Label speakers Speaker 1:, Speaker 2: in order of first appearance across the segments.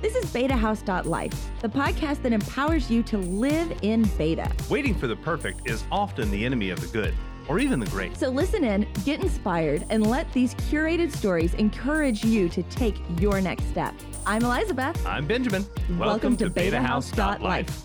Speaker 1: This is betahouse.life, the podcast that empowers you to live in beta.
Speaker 2: Waiting for the perfect is often the enemy of the good, or even the great.
Speaker 1: So listen in, get inspired, and let these curated stories encourage you to take your next step. I'm Elizabeth.
Speaker 2: I'm Benjamin. Welcome,
Speaker 1: to
Speaker 2: House
Speaker 1: betahouse.life.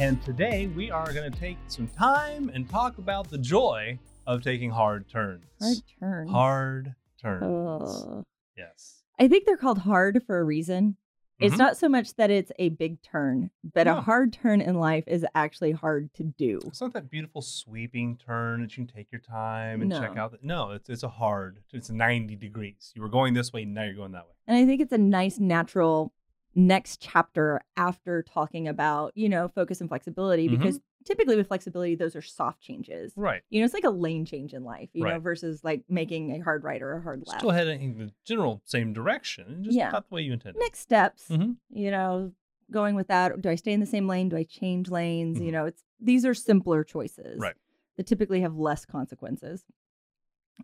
Speaker 2: And today we are going to take some time and talk about the joy of taking hard turns.
Speaker 1: Hard turn.
Speaker 2: Hard turns.
Speaker 1: Oh.
Speaker 2: Yes.
Speaker 1: I think they're called hard for a reason. It's
Speaker 2: Mhm.
Speaker 1: not so much that it's a big turn, but a
Speaker 2: No.
Speaker 1: hard turn in life is actually hard to do.
Speaker 2: It's not that beautiful sweeping turn that you can take your time and check
Speaker 1: No.
Speaker 2: out. The, no, it's it's a hard. It's 90 degrees. You were going this way, now you're going that way.
Speaker 1: And I think it's a nice, natural next chapter after talking about, you know, focus and flexibility,
Speaker 2: Mhm.
Speaker 1: because typically with flexibility, those are soft changes.
Speaker 2: Right.
Speaker 1: You know, it's like a lane change in life, you know,
Speaker 2: Right.
Speaker 1: versus like making a hard right or a hard left.
Speaker 2: Still heading in the general same direction, just
Speaker 1: Yeah.
Speaker 2: not the way you intended.
Speaker 1: Next steps,
Speaker 2: Mhm.
Speaker 1: you know, going with that. Do I stay in the same lane? Do I change lanes? You
Speaker 2: Mhm.
Speaker 1: know, it's these are simpler choices
Speaker 2: Right.
Speaker 1: that typically have less consequences.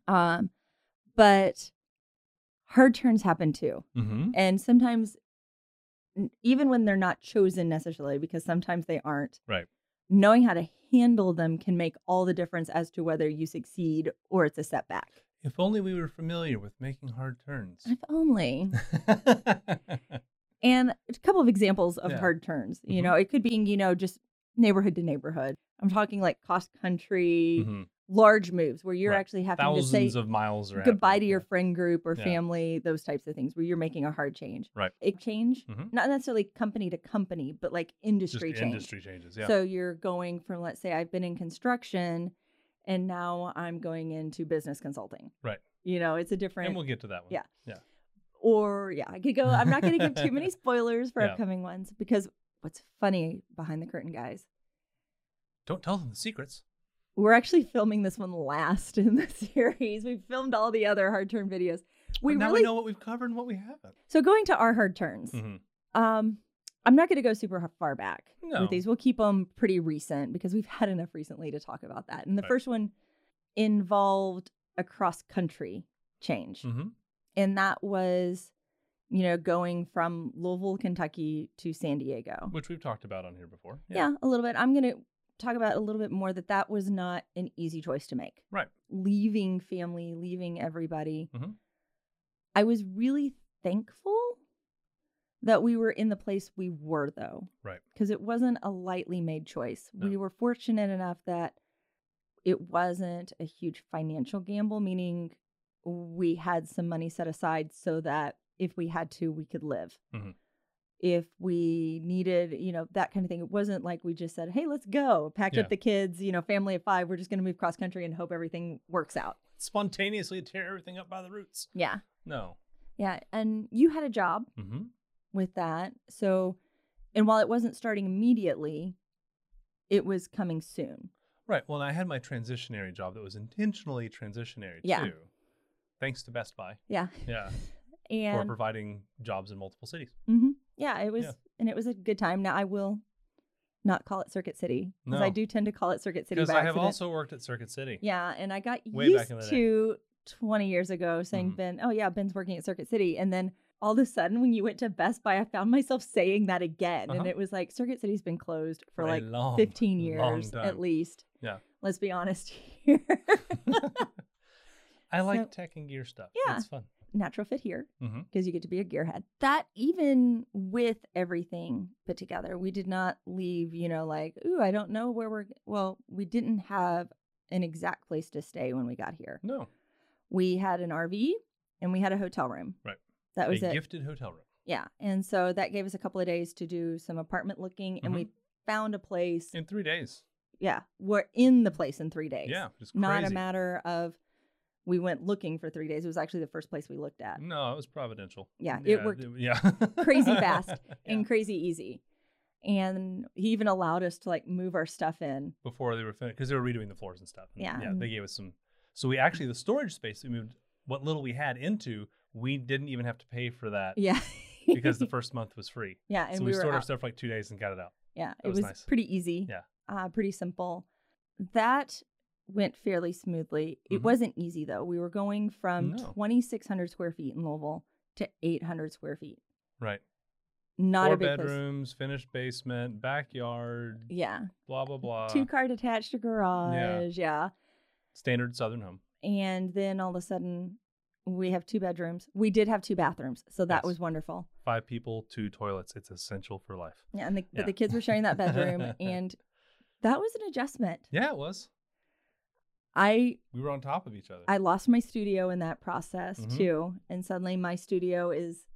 Speaker 1: Um, but hard turns happen too.
Speaker 2: Mm-hmm.
Speaker 1: And sometimes, n- even when they're not chosen necessarily, because sometimes they aren't,
Speaker 2: Right.
Speaker 1: knowing how to handle them can make all the difference as to whether you succeed or it's a setback.
Speaker 2: If only we were familiar with making hard turns. Mm-hmm.
Speaker 1: If only.
Speaker 2: right.
Speaker 1: and a couple of examples of
Speaker 2: Yeah.
Speaker 1: hard turns. You
Speaker 2: Mhm.
Speaker 1: know, it could be, you know, just neighborhood to neighborhood. I'm talking like cross country,
Speaker 2: Mhm.
Speaker 1: large moves where you're
Speaker 2: Right.
Speaker 1: actually having to
Speaker 2: Thousands
Speaker 1: say
Speaker 2: of miles around.
Speaker 1: goodbye to your friend group or
Speaker 2: Yeah.
Speaker 1: family, those types of things where you're making a hard change.
Speaker 2: Right.
Speaker 1: It change,
Speaker 2: Mhm.
Speaker 1: not necessarily company to company, but like
Speaker 2: Just
Speaker 1: industry change.
Speaker 2: industry changes. Yeah.
Speaker 1: So you're going from, let's say, I've been in construction and now I'm going into business consulting.
Speaker 2: Right.
Speaker 1: You know, it's a different.
Speaker 2: and we'll get to that one.
Speaker 1: Yeah. or, yeah, I could go. I'm not going to give too many spoilers for
Speaker 2: Yeah.
Speaker 1: upcoming ones because what's funny behind the curtain, guys,
Speaker 2: Don't tell them the secrets.
Speaker 1: we're actually filming this one last in the series. We filmed all the other hard turn videos. We
Speaker 2: But now
Speaker 1: really.
Speaker 2: we know what we've covered and what we haven't.
Speaker 1: So going to our hard turns.
Speaker 2: Mhm.
Speaker 1: Um, I'm not going to go super h- far back
Speaker 2: No.
Speaker 1: with these. We'll keep them pretty recent because we've had enough recently to talk about that. And the
Speaker 2: Right.
Speaker 1: first one involved a cross country change,
Speaker 2: Mhm.
Speaker 1: and that was, you know, going from Louisville, Kentucky to San Diego.
Speaker 2: Which we've talked about on here before.
Speaker 1: Yeah, a little bit. I'm going to talk about a little bit more that that was not an easy choice to make.
Speaker 2: Right.
Speaker 1: Leaving family, leaving everybody.
Speaker 2: Mhm.
Speaker 1: I was really thankful that we were in the place we were, though.
Speaker 2: Right.
Speaker 1: Because it wasn't a lightly made choice.
Speaker 2: No.
Speaker 1: We were fortunate enough that it wasn't a huge financial gamble, meaning we had some money set aside so that if we had to, we could live.
Speaker 2: Mhm.
Speaker 1: If we needed, you know, that kind of thing. It wasn't like we just said, hey, let's go, packed
Speaker 2: Yeah.
Speaker 1: up the kids, you know, family of five, we're just going to move cross country and hope everything works out.
Speaker 2: Spontaneously tear everything up by the roots.
Speaker 1: Yeah.
Speaker 2: No.
Speaker 1: Yeah. And you had a job
Speaker 2: Mm-hmm.
Speaker 1: with that. So, and while it wasn't starting immediately, it was coming soon.
Speaker 2: Right. Well, and I had my transitionary job that was intentionally transitionary
Speaker 1: Yeah.
Speaker 2: too. Thanks to Best Buy.
Speaker 1: Yeah.
Speaker 2: Yeah. for
Speaker 1: And
Speaker 2: providing jobs in multiple cities.
Speaker 1: hmm yeah, it was,
Speaker 2: Yeah.
Speaker 1: and it was a good time. Now I will not call it Circuit City because I
Speaker 2: No.
Speaker 1: do tend to call it Circuit City
Speaker 2: Because
Speaker 1: by
Speaker 2: I have
Speaker 1: accident.
Speaker 2: also worked at Circuit City.
Speaker 1: Yeah, and I got
Speaker 2: Way
Speaker 1: used
Speaker 2: back in the day.
Speaker 1: to 20 years ago saying
Speaker 2: Mhm.
Speaker 1: Ben, oh yeah, Ben's working at Circuit City, and then all of a sudden when you went to Best Buy, I found myself saying that again, and
Speaker 2: Uh-huh.
Speaker 1: it was like Circuit City's been closed for
Speaker 2: a
Speaker 1: like
Speaker 2: long,
Speaker 1: 15
Speaker 2: long
Speaker 1: years
Speaker 2: time.
Speaker 1: at least.
Speaker 2: Yeah.
Speaker 1: let's be honest here.
Speaker 2: I like
Speaker 1: So-
Speaker 2: tech and gear stuff.
Speaker 1: Yeah.
Speaker 2: It's fun.
Speaker 1: Natural fit here
Speaker 2: hmm
Speaker 1: because you get to be a gearhead. That even with everything put together, we did not leave, you know, like, ooh, I don't know where we're well, we didn't have an exact place to stay when we got here.
Speaker 2: No.
Speaker 1: We had an RV and we had a hotel room.
Speaker 2: Right.
Speaker 1: That was
Speaker 2: a
Speaker 1: it.
Speaker 2: gifted hotel room.
Speaker 1: Yeah. And so that gave us a couple of days to do some apartment looking and we
Speaker 2: Mm-hmm.
Speaker 1: found a place.
Speaker 2: In three days.
Speaker 1: yeah. We're in the place in three days.
Speaker 2: Yeah. It's crazy.
Speaker 1: Not a matter of we went looking for three days. It was actually the first place we looked at.
Speaker 2: No, it was providential.
Speaker 1: Yeah, it worked
Speaker 2: yeah.
Speaker 1: crazy fast
Speaker 2: Yeah.
Speaker 1: and crazy easy. And he even allowed us to like move our stuff in.
Speaker 2: Before they were finished, because they were redoing the floors and stuff. And
Speaker 1: Yeah, Mm-hmm.
Speaker 2: Yeah.
Speaker 1: and-
Speaker 2: They gave us some. So we actually, the storage space we moved, what little we had into, we didn't even have to pay for that
Speaker 1: Yeah.
Speaker 2: Uh, because the first month was free.
Speaker 1: yeah, and
Speaker 2: so we,
Speaker 1: we, were
Speaker 2: stored our
Speaker 1: out-
Speaker 2: stuff for like two days and got it out.
Speaker 1: yeah, it
Speaker 2: That was
Speaker 1: was,
Speaker 2: nice.
Speaker 1: pretty easy.
Speaker 2: Yeah.
Speaker 1: Uh, pretty simple. That went fairly smoothly. It
Speaker 2: Mhm.
Speaker 1: wasn't easy though. We were going from
Speaker 2: No.
Speaker 1: 2600 square feet in Louisville to 800 square feet.
Speaker 2: Right.
Speaker 1: Not
Speaker 2: Four
Speaker 1: a big place.
Speaker 2: bedrooms, finished basement, backyard,
Speaker 1: Yeah.
Speaker 2: blah blah blah.
Speaker 1: Two car detached garage. Yeah.
Speaker 2: Standard Southern home.
Speaker 1: And then all of a sudden we have two bedrooms. We did have two bathrooms. So that
Speaker 2: Yes.
Speaker 1: was wonderful.
Speaker 2: Five people, two toilets. It's essential for life.
Speaker 1: Yeah. And the,
Speaker 2: Yeah.
Speaker 1: but the kids were sharing that bedroom and that was an adjustment.
Speaker 2: Yeah, it was.
Speaker 1: I
Speaker 2: We were on top of each other.
Speaker 1: I lost my studio in that process
Speaker 2: Mhm.
Speaker 1: too. And suddenly my studio is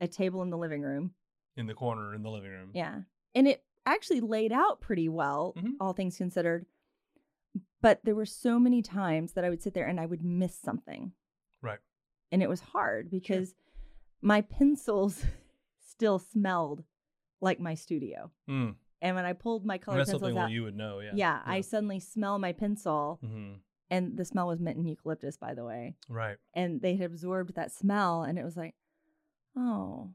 Speaker 1: a table in the living room.
Speaker 2: in the corner in the living room.
Speaker 1: Yeah. And it actually laid out pretty well,
Speaker 2: Mhm.
Speaker 1: all things considered. But there were so many times that I would sit there and I would miss something.
Speaker 2: Right.
Speaker 1: And it was hard because my pencils still smelled like my studio.
Speaker 2: Mm.
Speaker 1: And when I pulled my color
Speaker 2: That's
Speaker 1: pencils
Speaker 2: something
Speaker 1: out,
Speaker 2: well, you would know. Yeah.
Speaker 1: yeah. I suddenly smell my pencil.
Speaker 2: hmm
Speaker 1: And the smell was mint and eucalyptus, by the way.
Speaker 2: Right.
Speaker 1: And they had absorbed that smell and it was like, oh.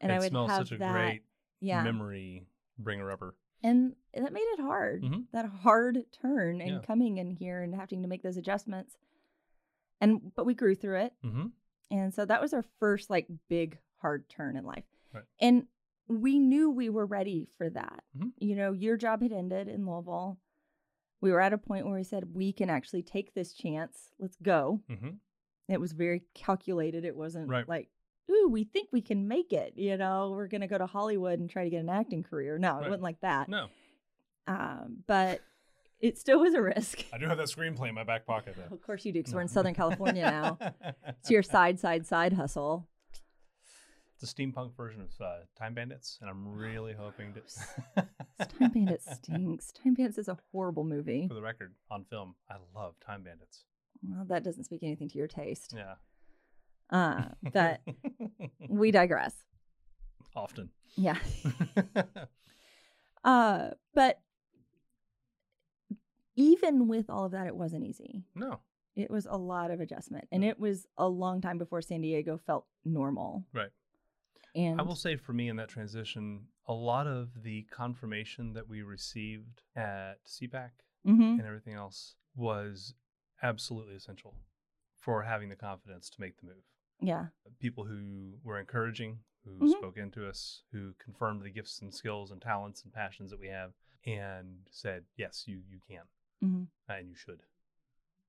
Speaker 1: And
Speaker 2: it
Speaker 1: I would
Speaker 2: smells
Speaker 1: have
Speaker 2: such a
Speaker 1: that.
Speaker 2: great
Speaker 1: yeah.
Speaker 2: memory bringer upper.
Speaker 1: and that made it hard
Speaker 2: Mhm.
Speaker 1: that hard turn and
Speaker 2: Yeah.
Speaker 1: coming in here and having to make those adjustments and but we grew through it
Speaker 2: Mm-hmm.
Speaker 1: and so that was our first like big hard turn in life
Speaker 2: Right.
Speaker 1: and we knew we were ready for that
Speaker 2: Mhm.
Speaker 1: you know your job had ended in louisville we were at a point where we said we can actually take this chance let's go
Speaker 2: Mm-hmm.
Speaker 1: it was very calculated it wasn't
Speaker 2: Right.
Speaker 1: like ooh we think we can make it you know we're going to go to hollywood and try to get an acting career no it
Speaker 2: Right.
Speaker 1: wasn't like that
Speaker 2: No,
Speaker 1: um, but it still was a risk.
Speaker 2: I do have that screenplay in my back pocket though.
Speaker 1: Of course you do, because we're in
Speaker 2: No.
Speaker 1: Southern California now. It's your side, side, side hustle.
Speaker 2: It's a steampunk version of uh, Time Bandits, and I'm really hoping to.
Speaker 1: It's Time Bandits stinks. Time Bandits is a horrible movie.
Speaker 2: For the record, on film, I love Time Bandits.
Speaker 1: Well, that doesn't speak anything to your taste.
Speaker 2: Yeah.
Speaker 1: Uh, but we digress.
Speaker 2: often.
Speaker 1: Yeah. Uh, but even with all of that, it wasn't easy.
Speaker 2: no.
Speaker 1: It was a lot of adjustment,
Speaker 2: Mm.
Speaker 1: and it was a long time before San Diego felt normal.
Speaker 2: Right.
Speaker 1: And
Speaker 2: I will say for me in that transition, a lot of the confirmation that we received at CPAC
Speaker 1: Mhm.
Speaker 2: and everything else was absolutely essential for having the confidence to make the move.
Speaker 1: yeah,
Speaker 2: People who were encouraging, who
Speaker 1: Mhm.
Speaker 2: spoke into us, who confirmed the gifts and skills and talents and passions that we have and said, "Yes, you you can
Speaker 1: Mhm.
Speaker 2: and you should."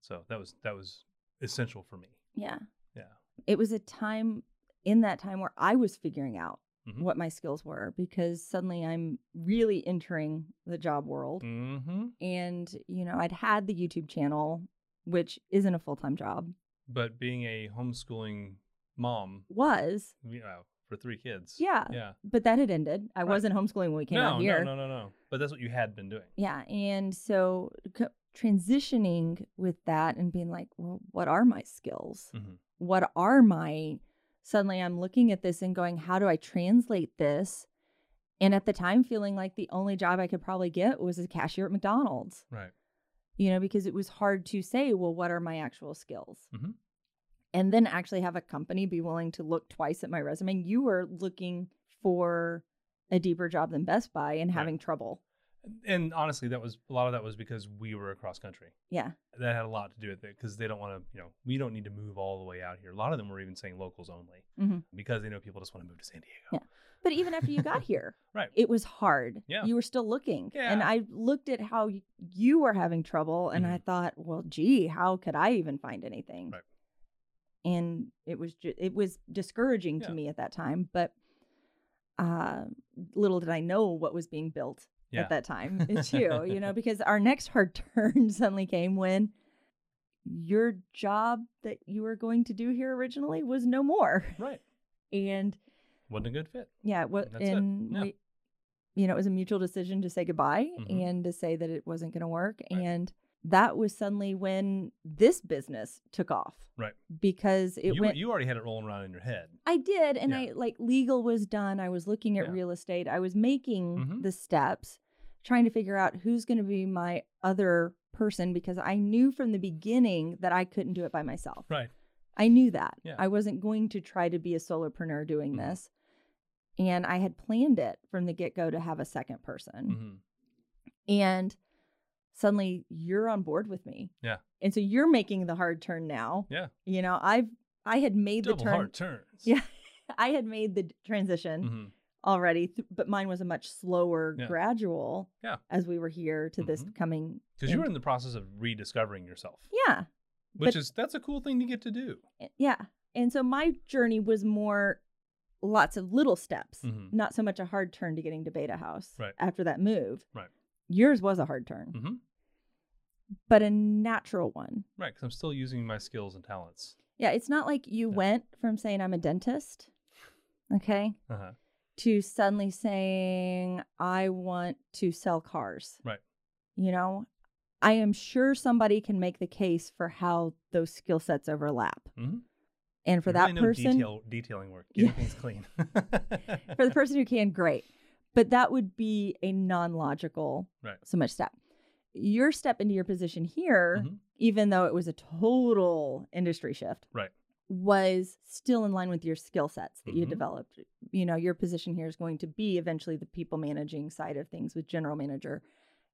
Speaker 2: So that was that was essential for me.
Speaker 1: yeah.
Speaker 2: Yeah.
Speaker 1: it was a time in that time where I was figuring out
Speaker 2: Mhm.
Speaker 1: what my skills were because suddenly I'm really entering the job world.
Speaker 2: Mhm.
Speaker 1: And, you know, I'd had the YouTube channel, which isn't a full time job,
Speaker 2: But being a homeschooling mom,
Speaker 1: was,
Speaker 2: you know, for three kids.
Speaker 1: Yeah.
Speaker 2: Yeah.
Speaker 1: but that had ended. I
Speaker 2: Right.
Speaker 1: wasn't homeschooling when we came
Speaker 2: no,
Speaker 1: out here.
Speaker 2: no, no, no, no. But that's what you had been doing.
Speaker 1: Yeah. And so c- transitioning with that and being like, well, what are my skills?
Speaker 2: Mhm.
Speaker 1: What are my, suddenly I'm looking at this and going, how do I translate this? And at the time, feeling like the only job I could probably get was a cashier at McDonald's,
Speaker 2: Right.
Speaker 1: you know, because it was hard to say, well, what are my actual skills?
Speaker 2: Mhm.
Speaker 1: And then actually have a company be willing to look twice at my resume. You were looking for a deeper job than Best Buy and
Speaker 2: Right.
Speaker 1: having trouble.
Speaker 2: And honestly, that was a lot of that was because we were across country.
Speaker 1: Yeah.
Speaker 2: That had a lot to do with it because they don't want to, you know, we don't need to move all the way out here. A lot of them were even saying locals only
Speaker 1: Mhm.
Speaker 2: because they know people just want to move to San Diego.
Speaker 1: Yeah. But even after you got here,
Speaker 2: Right.
Speaker 1: it was hard.
Speaker 2: Yeah.
Speaker 1: You were still looking. And
Speaker 2: Yeah. Mm-hmm.
Speaker 1: I looked at how y- you were having trouble and I thought, well, gee, how could I even find anything?
Speaker 2: Right.
Speaker 1: And it was ju- it was discouraging to
Speaker 2: Yeah.
Speaker 1: me at that time, but uh, little did I know what was being built
Speaker 2: Yeah.
Speaker 1: at that time too, you know, because our next hard turn suddenly came when your job that you were going to do here originally was no more.
Speaker 2: Right.
Speaker 1: And
Speaker 2: Wasn't a good fit.
Speaker 1: yeah, it was,
Speaker 2: That's it.
Speaker 1: and
Speaker 2: Yeah.
Speaker 1: we, you know, it was a mutual decision to say goodbye
Speaker 2: Mhm.
Speaker 1: and to say that it wasn't going to work.
Speaker 2: Right.
Speaker 1: And that was suddenly when this business took off.
Speaker 2: Right.
Speaker 1: Because it
Speaker 2: you,
Speaker 1: went.
Speaker 2: you already had it rolling around in your head.
Speaker 1: I did, and
Speaker 2: Yeah.
Speaker 1: I like legal was done. I was looking at
Speaker 2: Yeah.
Speaker 1: real estate. I was making
Speaker 2: Mhm.
Speaker 1: the steps, trying to figure out who's going to be my other person because I knew from the beginning that I couldn't do it by myself.
Speaker 2: Right.
Speaker 1: I knew that.
Speaker 2: Yeah.
Speaker 1: I wasn't going to try to be a solopreneur doing
Speaker 2: Mhm.
Speaker 1: this. And I had planned it from the get go to have a second person.
Speaker 2: hmm
Speaker 1: And suddenly you're on board with me.
Speaker 2: Yeah.
Speaker 1: And so you're making the hard turn now.
Speaker 2: Yeah.
Speaker 1: You know, I've, I had made
Speaker 2: Double
Speaker 1: the turn.
Speaker 2: hard turns.
Speaker 1: Yeah. I had made the d- transition
Speaker 2: Mhm.
Speaker 1: already, th- but mine was a much slower,
Speaker 2: Yeah.
Speaker 1: gradual.
Speaker 2: Yeah.
Speaker 1: As we were here to this
Speaker 2: Mhm.
Speaker 1: coming.
Speaker 2: Because you were
Speaker 1: into-
Speaker 2: in the process of rediscovering yourself,
Speaker 1: Yeah.
Speaker 2: which
Speaker 1: but-
Speaker 2: is that's a cool thing to get to do.
Speaker 1: A- Yeah. And so my journey was more lots of little steps,
Speaker 2: Mhm.
Speaker 1: not so much a hard turn to getting to Beta House
Speaker 2: Right.
Speaker 1: after that move.
Speaker 2: Right.
Speaker 1: Yours was a hard turn,
Speaker 2: Mm-hmm.
Speaker 1: but a natural one.
Speaker 2: Right, because I'm still using my skills and talents.
Speaker 1: Yeah. It's not like you
Speaker 2: Yeah.
Speaker 1: went from saying, I'm a dentist, okay,
Speaker 2: Uh-huh.
Speaker 1: to suddenly saying, I want to sell cars.
Speaker 2: Right.
Speaker 1: You know, I am sure somebody can make the case for how those skill sets overlap.
Speaker 2: Mhm.
Speaker 1: And for
Speaker 2: You
Speaker 1: that
Speaker 2: really know
Speaker 1: person,
Speaker 2: detail, detailing work, getting
Speaker 1: Yeah.
Speaker 2: things clean.
Speaker 1: for the person who can, great. But that would be a non logical
Speaker 2: Right.
Speaker 1: so much step. Your step into your position here,
Speaker 2: Mhm.
Speaker 1: even though it was a total industry shift,
Speaker 2: Right.
Speaker 1: was still in line with your skill sets that you
Speaker 2: Mhm.
Speaker 1: developed. You know, your position here is going to be eventually the people managing side of things with general manager,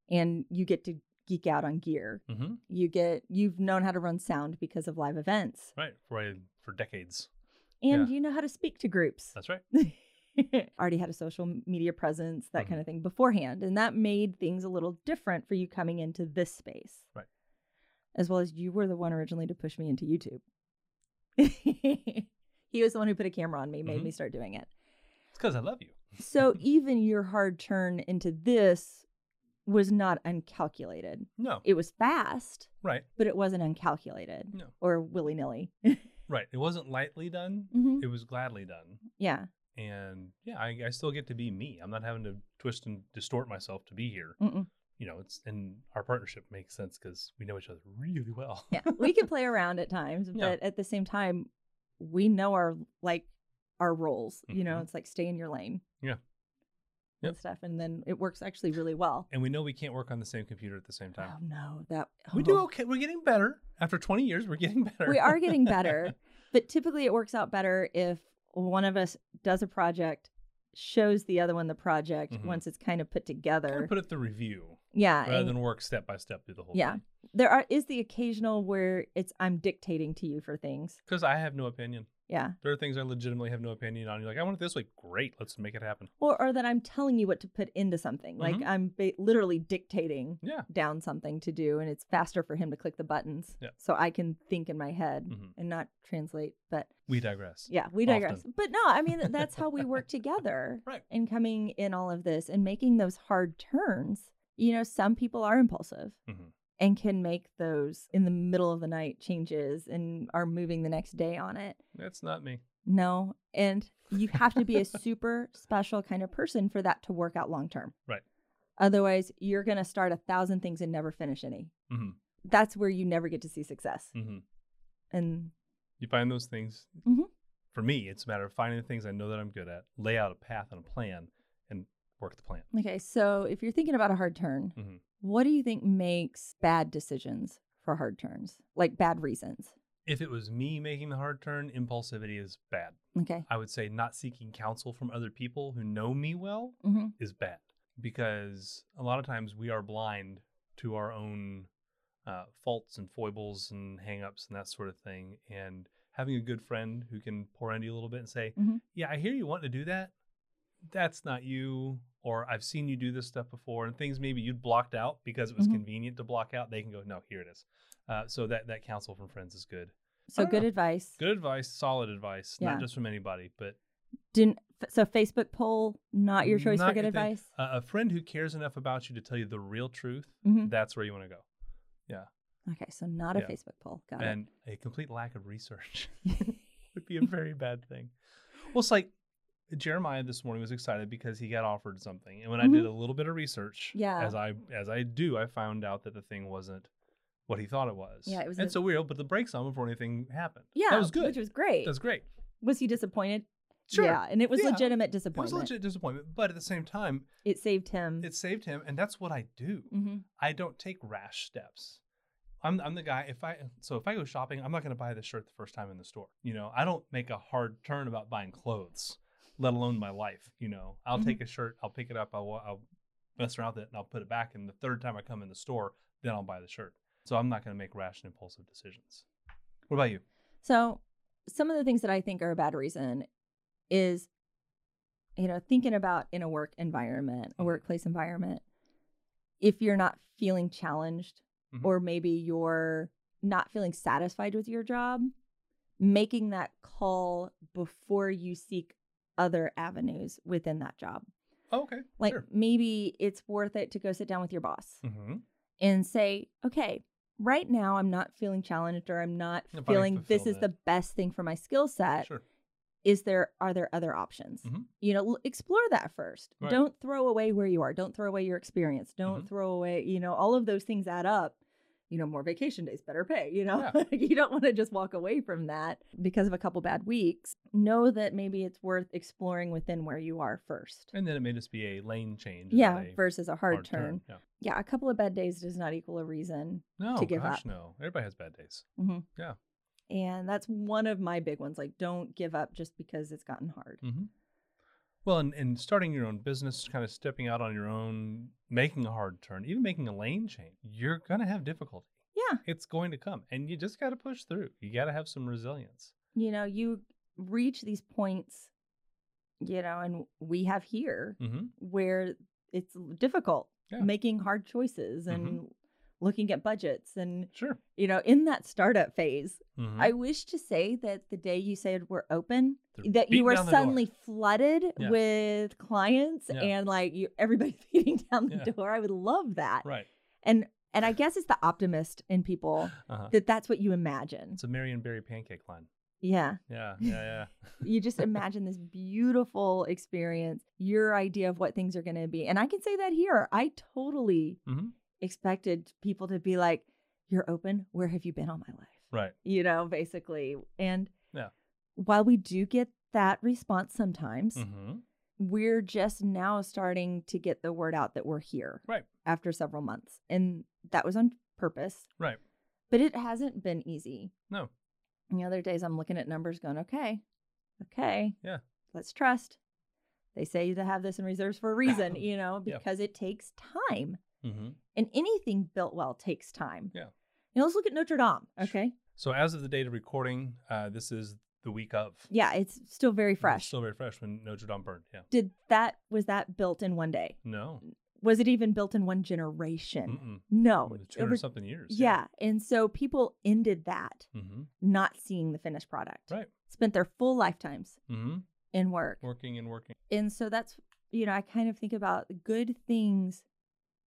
Speaker 1: and you get to geek out on gear.
Speaker 2: Mhm.
Speaker 1: You get you've known how to run sound because of live events,
Speaker 2: Right, for a- for decades.
Speaker 1: and
Speaker 2: Yeah.
Speaker 1: you know how to speak to groups.
Speaker 2: That's right.
Speaker 1: already had a social media presence, that
Speaker 2: Mhm.
Speaker 1: kind of thing beforehand. And that made things a little different for you coming into this space.
Speaker 2: Right.
Speaker 1: As well as you were the one originally to push me into YouTube. he was the one who put a camera on me, made
Speaker 2: Mhm.
Speaker 1: me start doing it.
Speaker 2: It's because I love you.
Speaker 1: So even your hard turn into this was not uncalculated.
Speaker 2: No,
Speaker 1: It was fast,
Speaker 2: right,
Speaker 1: but it wasn't uncalculated
Speaker 2: No.
Speaker 1: or willy nilly.
Speaker 2: right. It wasn't lightly done.
Speaker 1: hmm
Speaker 2: It was gladly done.
Speaker 1: Yeah.
Speaker 2: And yeah, I, I still get to be me. I'm not having to twist and distort myself to be here.
Speaker 1: Mm-mm.
Speaker 2: You know, it's and our partnership makes sense because we know each other really well.
Speaker 1: yeah we can play around at times
Speaker 2: Yeah.
Speaker 1: but at the same time we know our like our roles you know
Speaker 2: Mhm.
Speaker 1: it's like stay in your lane
Speaker 2: Yeah.
Speaker 1: and
Speaker 2: Yep.
Speaker 1: stuff and then it works actually really well
Speaker 2: and we know we can't work on the same computer at the same time.
Speaker 1: oh no that
Speaker 2: We do
Speaker 1: oh.
Speaker 2: okay. We're getting better. After 20 years, we're getting better.
Speaker 1: we are getting better but typically it works out better if one of us does a project shows the other one the project
Speaker 2: Mhm.
Speaker 1: once it's kind of put
Speaker 2: Kind
Speaker 1: together
Speaker 2: of put it the review
Speaker 1: yeah
Speaker 2: rather
Speaker 1: and
Speaker 2: than work step by step through the whole
Speaker 1: yeah there are is the occasional where it's i'm dictating to you for things
Speaker 2: Because I have no opinion.
Speaker 1: yeah
Speaker 2: There are things I legitimately have no opinion on. You're like, I want it this way. Great. Let's make it happen.
Speaker 1: or or that I'm telling you what to put into something. Like
Speaker 2: Mhm.
Speaker 1: I'm ba- literally dictating
Speaker 2: Yeah.
Speaker 1: down something to do, and it's faster for him to click the buttons,
Speaker 2: Yeah.
Speaker 1: so I can think in my head
Speaker 2: Mhm.
Speaker 1: and not translate. But
Speaker 2: We digress.
Speaker 1: yeah, we
Speaker 2: Often.
Speaker 1: digress. But no, I mean th- that's how we work together
Speaker 2: Right.
Speaker 1: in coming in all of this and making those hard turns. You know, some people are impulsive.
Speaker 2: Mhm.
Speaker 1: And can make those in the middle of the night changes and are moving the next day on it.
Speaker 2: That's not me.
Speaker 1: No. And you have to be a super special kind of person for that to work out long term.
Speaker 2: Right.
Speaker 1: Otherwise, you're going to start a thousand things and never finish any.
Speaker 2: hmm
Speaker 1: That's where you never get to see success.
Speaker 2: hmm
Speaker 1: And
Speaker 2: You find those things.
Speaker 1: Mhm.
Speaker 2: For me, it's a matter of finding the things I know that I'm good at, lay out a path and a plan, and work the plan.
Speaker 1: okay, so if you're thinking about a hard turn,
Speaker 2: Mhm.
Speaker 1: what do you think makes bad decisions for hard turns? Like bad reasons.
Speaker 2: If it was me making the hard turn, impulsivity is bad.
Speaker 1: Okay.
Speaker 2: I would say not seeking counsel from other people who know me well
Speaker 1: hmm
Speaker 2: is bad because a lot of times we are blind to our own uh, faults and foibles and hangups and that sort of thing. And having a good friend who can pour into you a little bit and say,
Speaker 1: Mhm.
Speaker 2: Yeah, I hear you want to do that. That's not you. Or I've seen you do this stuff before and things maybe you'd blocked out because it was
Speaker 1: Mhm.
Speaker 2: convenient to block out. They can go, No, here it is. Uh, so that, that counsel from friends is good.
Speaker 1: So
Speaker 2: don't
Speaker 1: good
Speaker 2: know.
Speaker 1: advice.
Speaker 2: Good advice, solid advice,
Speaker 1: Yeah.
Speaker 2: not just from anybody, but
Speaker 1: Didn't f- so Facebook poll not your choice for
Speaker 2: Not
Speaker 1: good
Speaker 2: your thing.
Speaker 1: advice?
Speaker 2: a, a friend who cares enough about you to tell you the real truth
Speaker 1: Mhm.
Speaker 2: that's where you want to go
Speaker 1: Okay, so not a
Speaker 2: Yeah.
Speaker 1: Facebook poll. Got
Speaker 2: and a complete lack of research
Speaker 1: it.
Speaker 2: would be a very bad thing well it's like jeremiah this morning was excited because he got offered something and when i did
Speaker 1: Mhm.
Speaker 2: a little bit of research
Speaker 1: Yeah.
Speaker 2: as i as i do i found out that the thing wasn't what he thought it was
Speaker 1: Yeah, it was
Speaker 2: and
Speaker 1: a-
Speaker 2: so we were able to put the brakes on before anything happened
Speaker 1: yeah,
Speaker 2: that was good
Speaker 1: Which was great.
Speaker 2: that's great
Speaker 1: Was he disappointed?
Speaker 2: sure
Speaker 1: Yeah, and it was
Speaker 2: Yeah.
Speaker 1: legitimate
Speaker 2: it was
Speaker 1: disappointment.
Speaker 2: a
Speaker 1: It,
Speaker 2: legit disappointment but at the same time
Speaker 1: saved him.
Speaker 2: it saved him and that's what i do
Speaker 1: hmm
Speaker 2: I don't take rash steps. I'm I'm the guy if I so if I go shopping, I'm not going to buy this shirt the first time in the store. You know, I don't make a hard turn about buying clothes, let alone my life. You know, I'll
Speaker 1: Mhm.
Speaker 2: take a shirt, I'll pick it up, I'll, wa- I'll mess around with it, and I'll put it back. And the third time I come in the store, then I'll buy the shirt. So I'm not going to make rash and impulsive decisions. What about you?
Speaker 1: So, some of the things that I think are a bad reason is you know, thinking about in a work environment,
Speaker 2: Mm-hmm.
Speaker 1: a workplace environment, if you're not feeling challenged
Speaker 2: Mhm.
Speaker 1: or maybe you're not feeling satisfied with your job, making that call before you seek other avenues within that job.
Speaker 2: Oh, okay.
Speaker 1: Like
Speaker 2: sure.
Speaker 1: maybe it's worth it to go sit down with your boss
Speaker 2: hmm
Speaker 1: and say, okay, right now I'm not feeling challenged or I'm not
Speaker 2: Yeah, probably
Speaker 1: feeling this
Speaker 2: fulfill
Speaker 1: is the best thing for my skill set.
Speaker 2: Sure.
Speaker 1: Is there are there other options?
Speaker 2: Mhm.
Speaker 1: You know, l- explore that first.
Speaker 2: Right. Mm-hmm.
Speaker 1: Don't throw away where you are. Don't throw away your experience. Don't throw away, you know, all of those things add up. You know, more vacation days, better pay, you know.
Speaker 2: Yeah.
Speaker 1: you don't want to just walk away from that because of a couple bad weeks. Know that maybe it's worth exploring within where you are first.
Speaker 2: And then it may just be a lane change. and
Speaker 1: Yeah,
Speaker 2: not a
Speaker 1: versus a hard, turn.
Speaker 2: Yeah.
Speaker 1: Yeah, a couple of bad days does not equal a reason
Speaker 2: No,
Speaker 1: to give
Speaker 2: gosh,
Speaker 1: up.
Speaker 2: no. Everybody has bad days.
Speaker 1: And that's one of my big ones. Like, don't give up just because it's gotten hard.
Speaker 2: hmm Well, and, and starting your own business, kind of stepping out on your own, making a hard turn, even making a lane change, you're going to have difficulty.
Speaker 1: Yeah.
Speaker 2: It's going to come. And you just got to push through. You got to have some resilience.
Speaker 1: You know, you reach these points, you know, and we have here
Speaker 2: Mm-hmm.
Speaker 1: where it's difficult
Speaker 2: Yeah.
Speaker 1: making hard choices
Speaker 2: Mhm.
Speaker 1: and looking at budgets. And,
Speaker 2: Sure.
Speaker 1: you know, in that startup phase,
Speaker 2: Mhm.
Speaker 1: I wish to say that the day you said we're open,
Speaker 2: They're
Speaker 1: that
Speaker 2: beating
Speaker 1: you were
Speaker 2: down the door.
Speaker 1: suddenly flooded
Speaker 2: Yeah.
Speaker 1: with clients
Speaker 2: Yeah.
Speaker 1: and like you, everybody beating down the
Speaker 2: Yeah.
Speaker 1: door. I would love that.
Speaker 2: Right.
Speaker 1: and and I guess it's the optimist in people
Speaker 2: Uh-huh.
Speaker 1: that that's what you imagine.
Speaker 2: It's a Marion Berry pancake line.
Speaker 1: Yeah,
Speaker 2: Yeah. Yeah.
Speaker 1: you just imagine this beautiful experience, your idea of what things are going to be. And I can say that here, I totally
Speaker 2: Yeah. hmm
Speaker 1: expected people to be like, "You're open. Where have you been all my life?"
Speaker 2: Right.
Speaker 1: You know, basically. And
Speaker 2: Yeah.
Speaker 1: while we do get that response sometimes,
Speaker 2: Mm-hmm.
Speaker 1: we're just now starting to get the word out that we're here.
Speaker 2: Right.
Speaker 1: After several months, and that was on purpose.
Speaker 2: Right.
Speaker 1: but it hasn't been easy.
Speaker 2: No.
Speaker 1: And The other days I'm looking at numbers going, okay, okay.
Speaker 2: Yeah.
Speaker 1: Let's trust. They say you to have this in reserves for a reason, you know,
Speaker 2: Yeah.
Speaker 1: because it takes time.
Speaker 2: Mm-hmm.
Speaker 1: And anything built well takes time.
Speaker 2: Yeah.
Speaker 1: You know, let's look at Notre Dame.
Speaker 2: Sure.
Speaker 1: Okay.
Speaker 2: So as of the date of recording, uh, this is the week of.
Speaker 1: Yeah, it's still very
Speaker 2: It's
Speaker 1: fresh.
Speaker 2: Still very fresh when Notre Dame burned. Yeah.
Speaker 1: Did that was that built in one day?
Speaker 2: No.
Speaker 1: Was it even built in one generation?
Speaker 2: Mm-mm. Mm,
Speaker 1: No.
Speaker 2: Two
Speaker 1: Over-
Speaker 2: hundred something years.
Speaker 1: yeah. And so people ended that
Speaker 2: Mm-hmm.
Speaker 1: not seeing the finished product.
Speaker 2: Right.
Speaker 1: Spent their full lifetimes
Speaker 2: Mm-hmm.
Speaker 1: in work.
Speaker 2: Working and working.
Speaker 1: and so that's you know i kind of think about good things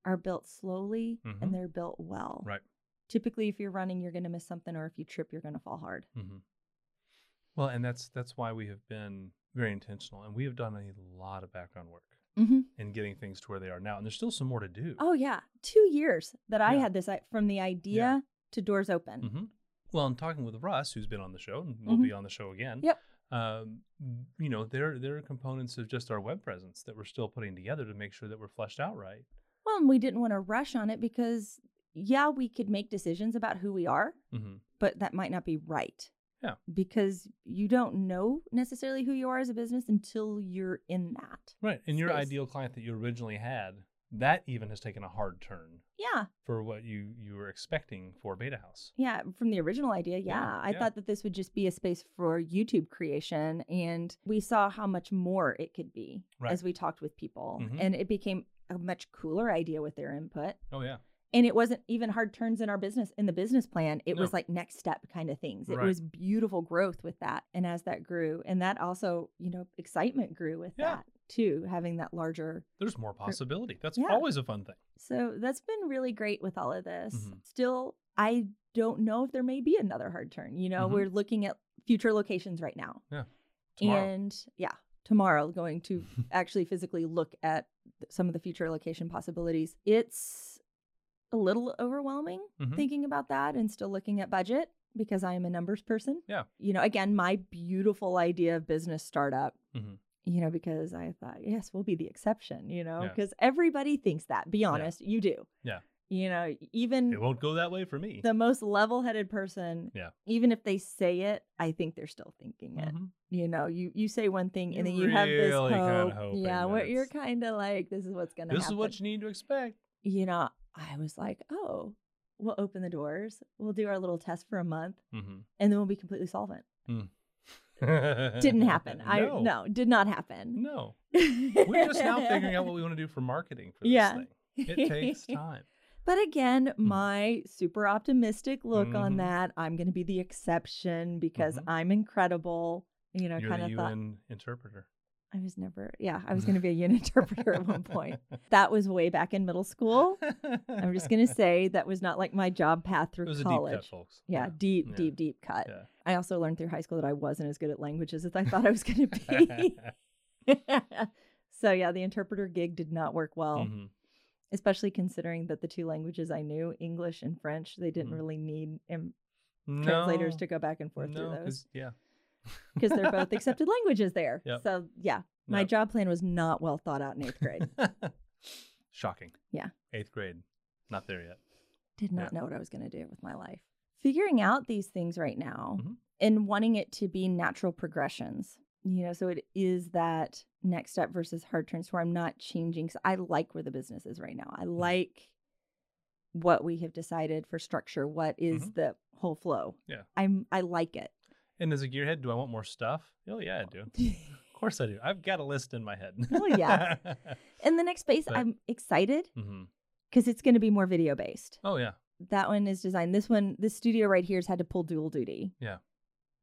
Speaker 1: are built slowly
Speaker 2: Mhm.
Speaker 1: and they're built well
Speaker 2: Right.
Speaker 1: typically if you're running you're going to miss something or if you trip you're going to fall hard
Speaker 2: Mm-hmm. Well, and that's that's why we have been very intentional, and we have done a lot of background work
Speaker 1: mm-hmm.
Speaker 2: in getting things to where they are now, and there's still some more to do.
Speaker 1: oh yeah two years that i
Speaker 2: Yeah.
Speaker 1: had this I, from the idea to doors open
Speaker 2: Mm-hmm. Well, and talking with Russ, who's been on the show and will
Speaker 1: Mhm.
Speaker 2: be on the show again.
Speaker 1: Yep.
Speaker 2: Um, you know, there there are components of just our web presence that we're still putting together to make sure that we're fleshed out right.
Speaker 1: well and we didn't want to rush on it because yeah we could make decisions about who we are
Speaker 2: Mm-hmm.
Speaker 1: but that might not be right
Speaker 2: Yeah.
Speaker 1: because you don't know necessarily who you are as a business until you're in that
Speaker 2: Right. And your
Speaker 1: Space.
Speaker 2: ideal client that you originally had, that even has taken a hard turn
Speaker 1: yeah
Speaker 2: for what you you were expecting for Beta House.
Speaker 1: Yeah, from the original idea.
Speaker 2: Yeah,
Speaker 1: Yeah. I
Speaker 2: yeah.
Speaker 1: thought that this would just be a space for YouTube creation. And we saw how much more it could be
Speaker 2: Right.
Speaker 1: as we talked with people.
Speaker 2: Mhm.
Speaker 1: And it became a much cooler idea with their input.
Speaker 2: Oh yeah.
Speaker 1: And it wasn't even hard turns in our business, in the business plan. It was
Speaker 2: No.
Speaker 1: like next step kind of things. It
Speaker 2: Right.
Speaker 1: was beautiful growth with that. And as that grew, and that also, you know, excitement grew with
Speaker 2: Yeah.
Speaker 1: that too, having that larger
Speaker 2: There's more possibility. That's
Speaker 1: Yeah.
Speaker 2: always a fun thing.
Speaker 1: so that's been really great with all of this.
Speaker 2: Mhm.
Speaker 1: Still, I don't know if there may be another hard turn. You know,
Speaker 2: Mhm.
Speaker 1: we're looking at future locations right now.
Speaker 2: Tomorrow.
Speaker 1: And yeah, tomorrow going to actually physically look at th- some of the future location possibilities. It's a little overwhelming
Speaker 2: Mhm.
Speaker 1: thinking about that and still looking at budget because I am a numbers person.
Speaker 2: Yeah.
Speaker 1: You know, again, my beautiful idea of business startup.
Speaker 2: Mhm.
Speaker 1: You know, because I thought, yes, we'll be the exception, you know,
Speaker 2: Yeah.
Speaker 1: because everybody thinks that. Be honest, you do.
Speaker 2: Yeah.
Speaker 1: You know, e, even
Speaker 2: it won't go that way for me.
Speaker 1: the most level headed person,
Speaker 2: Yeah.
Speaker 1: even if they say it, I think they're still thinking it
Speaker 2: Mhm.
Speaker 1: you know, you you say one thing and
Speaker 2: You
Speaker 1: then you have this
Speaker 2: really kinda
Speaker 1: hope.
Speaker 2: hoping
Speaker 1: yeah,
Speaker 2: that
Speaker 1: what you're
Speaker 2: it's-
Speaker 1: kind of like, this is what's gonna
Speaker 2: This
Speaker 1: happen.
Speaker 2: is what you need to expect.
Speaker 1: you-, know, I was like, oh, we'll open the doors, we'll do our little test for a month,
Speaker 2: Mm-hmm.
Speaker 1: and then we'll be completely solvent. Didn't happen. I
Speaker 2: no,
Speaker 1: no, did not happen.
Speaker 2: no. We're just now figuring out what we want to do for marketing for this
Speaker 1: Yeah.
Speaker 2: thing. It takes Mm-hmm. time.
Speaker 1: But again, my super optimistic look on
Speaker 2: Mhm.
Speaker 1: that, I'm going to be the exception because
Speaker 2: Mhm.
Speaker 1: I'm incredible. You know,
Speaker 2: You're
Speaker 1: kind
Speaker 2: the
Speaker 1: of
Speaker 2: UN
Speaker 1: thought
Speaker 2: interpreter.
Speaker 1: I was never, yeah, I was going to be a yin interpreter at one point. That was way back in middle school. I'm just going to say that was not like my job path
Speaker 2: It
Speaker 1: through
Speaker 2: was
Speaker 1: college.
Speaker 2: a deep cut, folks.
Speaker 1: Yeah, deep,
Speaker 2: Yeah.
Speaker 1: deep, deep cut.
Speaker 2: Yeah.
Speaker 1: I also learned through high school that I wasn't as good at languages as I thought I was going to be. so, yeah, the interpreter gig did not work well,
Speaker 2: Mhm.
Speaker 1: especially considering that the two languages I knew, English and French, they didn't
Speaker 2: Mhm.
Speaker 1: really need um, translators to go back and forth
Speaker 2: no,
Speaker 1: through those
Speaker 2: 'cause- Yeah.
Speaker 1: because they're both accepted languages there.
Speaker 2: Yep.
Speaker 1: So, yeah, my
Speaker 2: Yep.
Speaker 1: job plan was not well thought out in eighth grade.
Speaker 2: Shocking.
Speaker 1: Yeah.
Speaker 2: Eighth grade. Not there yet.
Speaker 1: Did
Speaker 2: Yeah.
Speaker 1: not know what I was going to do with my life. Figuring out these things right now
Speaker 2: Mhm.
Speaker 1: and wanting it to be natural progressions, you know, so it is that next step versus hard turns where I'm not changing. 'cause I like where the business is right now. I
Speaker 2: Mm-hmm.
Speaker 1: like what we have decided for structure. What is
Speaker 2: Mhm.
Speaker 1: the whole flow?
Speaker 2: Yeah.
Speaker 1: I'm, I like it.
Speaker 2: And as a gearhead, do I want more stuff? Oh yeah, I do. Of course I do. I've got a list in my head.
Speaker 1: Well, Oh, yeah. In the next space,
Speaker 2: But-
Speaker 1: I'm excited
Speaker 2: hmm
Speaker 1: because it's going to be more video based.
Speaker 2: Oh yeah.
Speaker 1: that one is designed. This one, this studio right here has had to pull dual duty.
Speaker 2: Yeah.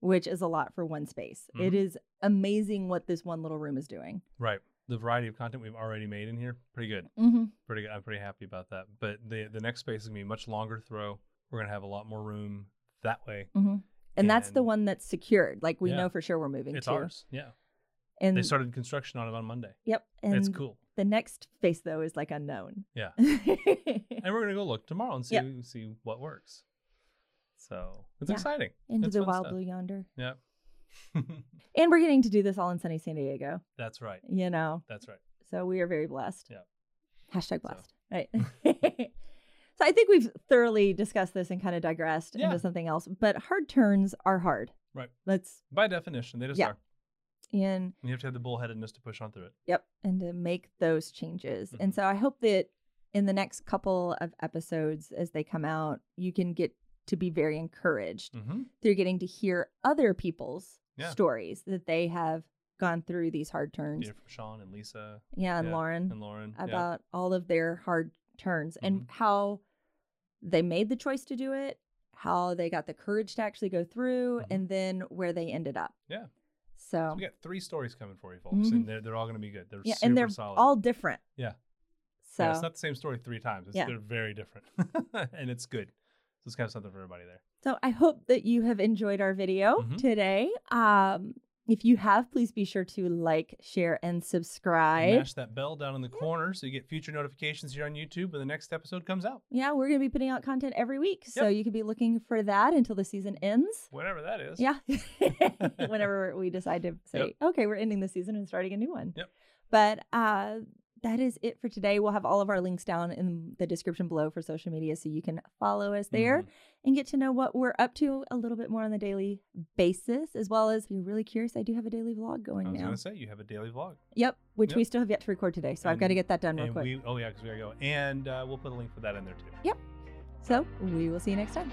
Speaker 1: Which is a lot for one space. It
Speaker 2: Mhm.
Speaker 1: is amazing what this one little room is doing.
Speaker 2: Right. The variety of content we've already made in here, pretty good.
Speaker 1: Mm-hmm.
Speaker 2: Pretty good. I'm pretty happy about that. But the the next space is gonna be a much longer throw. We're gonna have a lot more room that way.
Speaker 1: Mm-hmm. And, that's the
Speaker 2: And-
Speaker 1: one that's secured. Like we
Speaker 2: Yeah.
Speaker 1: know for sure we're moving
Speaker 2: It's
Speaker 1: to.
Speaker 2: ours. Yeah.
Speaker 1: And
Speaker 2: They started construction on it on Monday.
Speaker 1: yep. And
Speaker 2: it's cool.
Speaker 1: the next space though is like unknown.
Speaker 2: Yeah.
Speaker 1: Into
Speaker 2: And we're gonna go look tomorrow and see
Speaker 1: Yep.
Speaker 2: see what works. So it's
Speaker 1: Yeah.
Speaker 2: exciting. It's
Speaker 1: the
Speaker 2: fun
Speaker 1: wild
Speaker 2: stuff.
Speaker 1: blue yonder.
Speaker 2: Yep.
Speaker 1: And we're getting to do this all in sunny San Diego.
Speaker 2: That's right.
Speaker 1: You know.
Speaker 2: That's right.
Speaker 1: So we are very blessed.
Speaker 2: Yeah.
Speaker 1: Hashtag blessed. Right. so I think we've thoroughly discussed this and kind of digressed
Speaker 2: Yeah.
Speaker 1: into something else. But hard turns are hard.
Speaker 2: Right.
Speaker 1: Let's
Speaker 2: By definition, they just
Speaker 1: Yeah.
Speaker 2: are.
Speaker 1: and
Speaker 2: And you have to have the bullheadedness to push on through it.
Speaker 1: yep, and to make those changes. And
Speaker 2: Mhm.
Speaker 1: so I hope that in the next couple of episodes as they come out, you can get to be very encouraged
Speaker 2: Mm-hmm.
Speaker 1: through getting to hear other people's
Speaker 2: Yeah.
Speaker 1: stories that they have gone through these hard turns.
Speaker 2: Hear from Sean and Lisa
Speaker 1: Yeah, and
Speaker 2: Yeah,
Speaker 1: Lauren.
Speaker 2: and Lauren. yeah. Mm-hmm.
Speaker 1: about all of their hard turns and how they made the choice to do it, how they got the courage to actually go through,
Speaker 2: Mhm.
Speaker 1: and then where they ended up.
Speaker 2: Yeah.
Speaker 1: So, Mm-hmm.
Speaker 2: So we got three stories coming for you, folks, and they're, they're all going to be good. They're
Speaker 1: yeah,
Speaker 2: super
Speaker 1: and they're
Speaker 2: solid.
Speaker 1: all different.
Speaker 2: Yeah.
Speaker 1: So,
Speaker 2: yeah, it's not the same story three times. It's,
Speaker 1: Yeah.
Speaker 2: They're very different, and it's good. So it's kind of something for everybody there.
Speaker 1: so I hope that you have enjoyed our video
Speaker 2: Mhm.
Speaker 1: today. Um, if you have, please be sure to like, share, and subscribe.
Speaker 2: Mash that bell down in the corner so you get future notifications here on YouTube when the next episode comes out,
Speaker 1: Yeah, we're going to be putting out content every week. So
Speaker 2: Yep.
Speaker 1: you could be looking for that until the season ends.
Speaker 2: whatever that is.
Speaker 1: Yeah. Whenever we decide to say, okay, we're ending the season and starting a new one.
Speaker 2: Yep.
Speaker 1: But uh, that is it for today. We'll have all of our links down in the description below for social media so you can follow us there
Speaker 2: Mhm.
Speaker 1: and get to know what we're up to a little bit more on the daily basis, as well as if you're really curious, I do have a daily vlog
Speaker 2: I
Speaker 1: going
Speaker 2: was
Speaker 1: now.
Speaker 2: going to say you have a daily vlog.
Speaker 1: Yep. Which
Speaker 2: Yep.
Speaker 1: we still have yet to record today. So I've got to
Speaker 2: And-
Speaker 1: get that done real
Speaker 2: And
Speaker 1: quick.
Speaker 2: we, oh yeah, because we gotta go. And uh, we'll put a link for that in there too.
Speaker 1: So we will see you next time.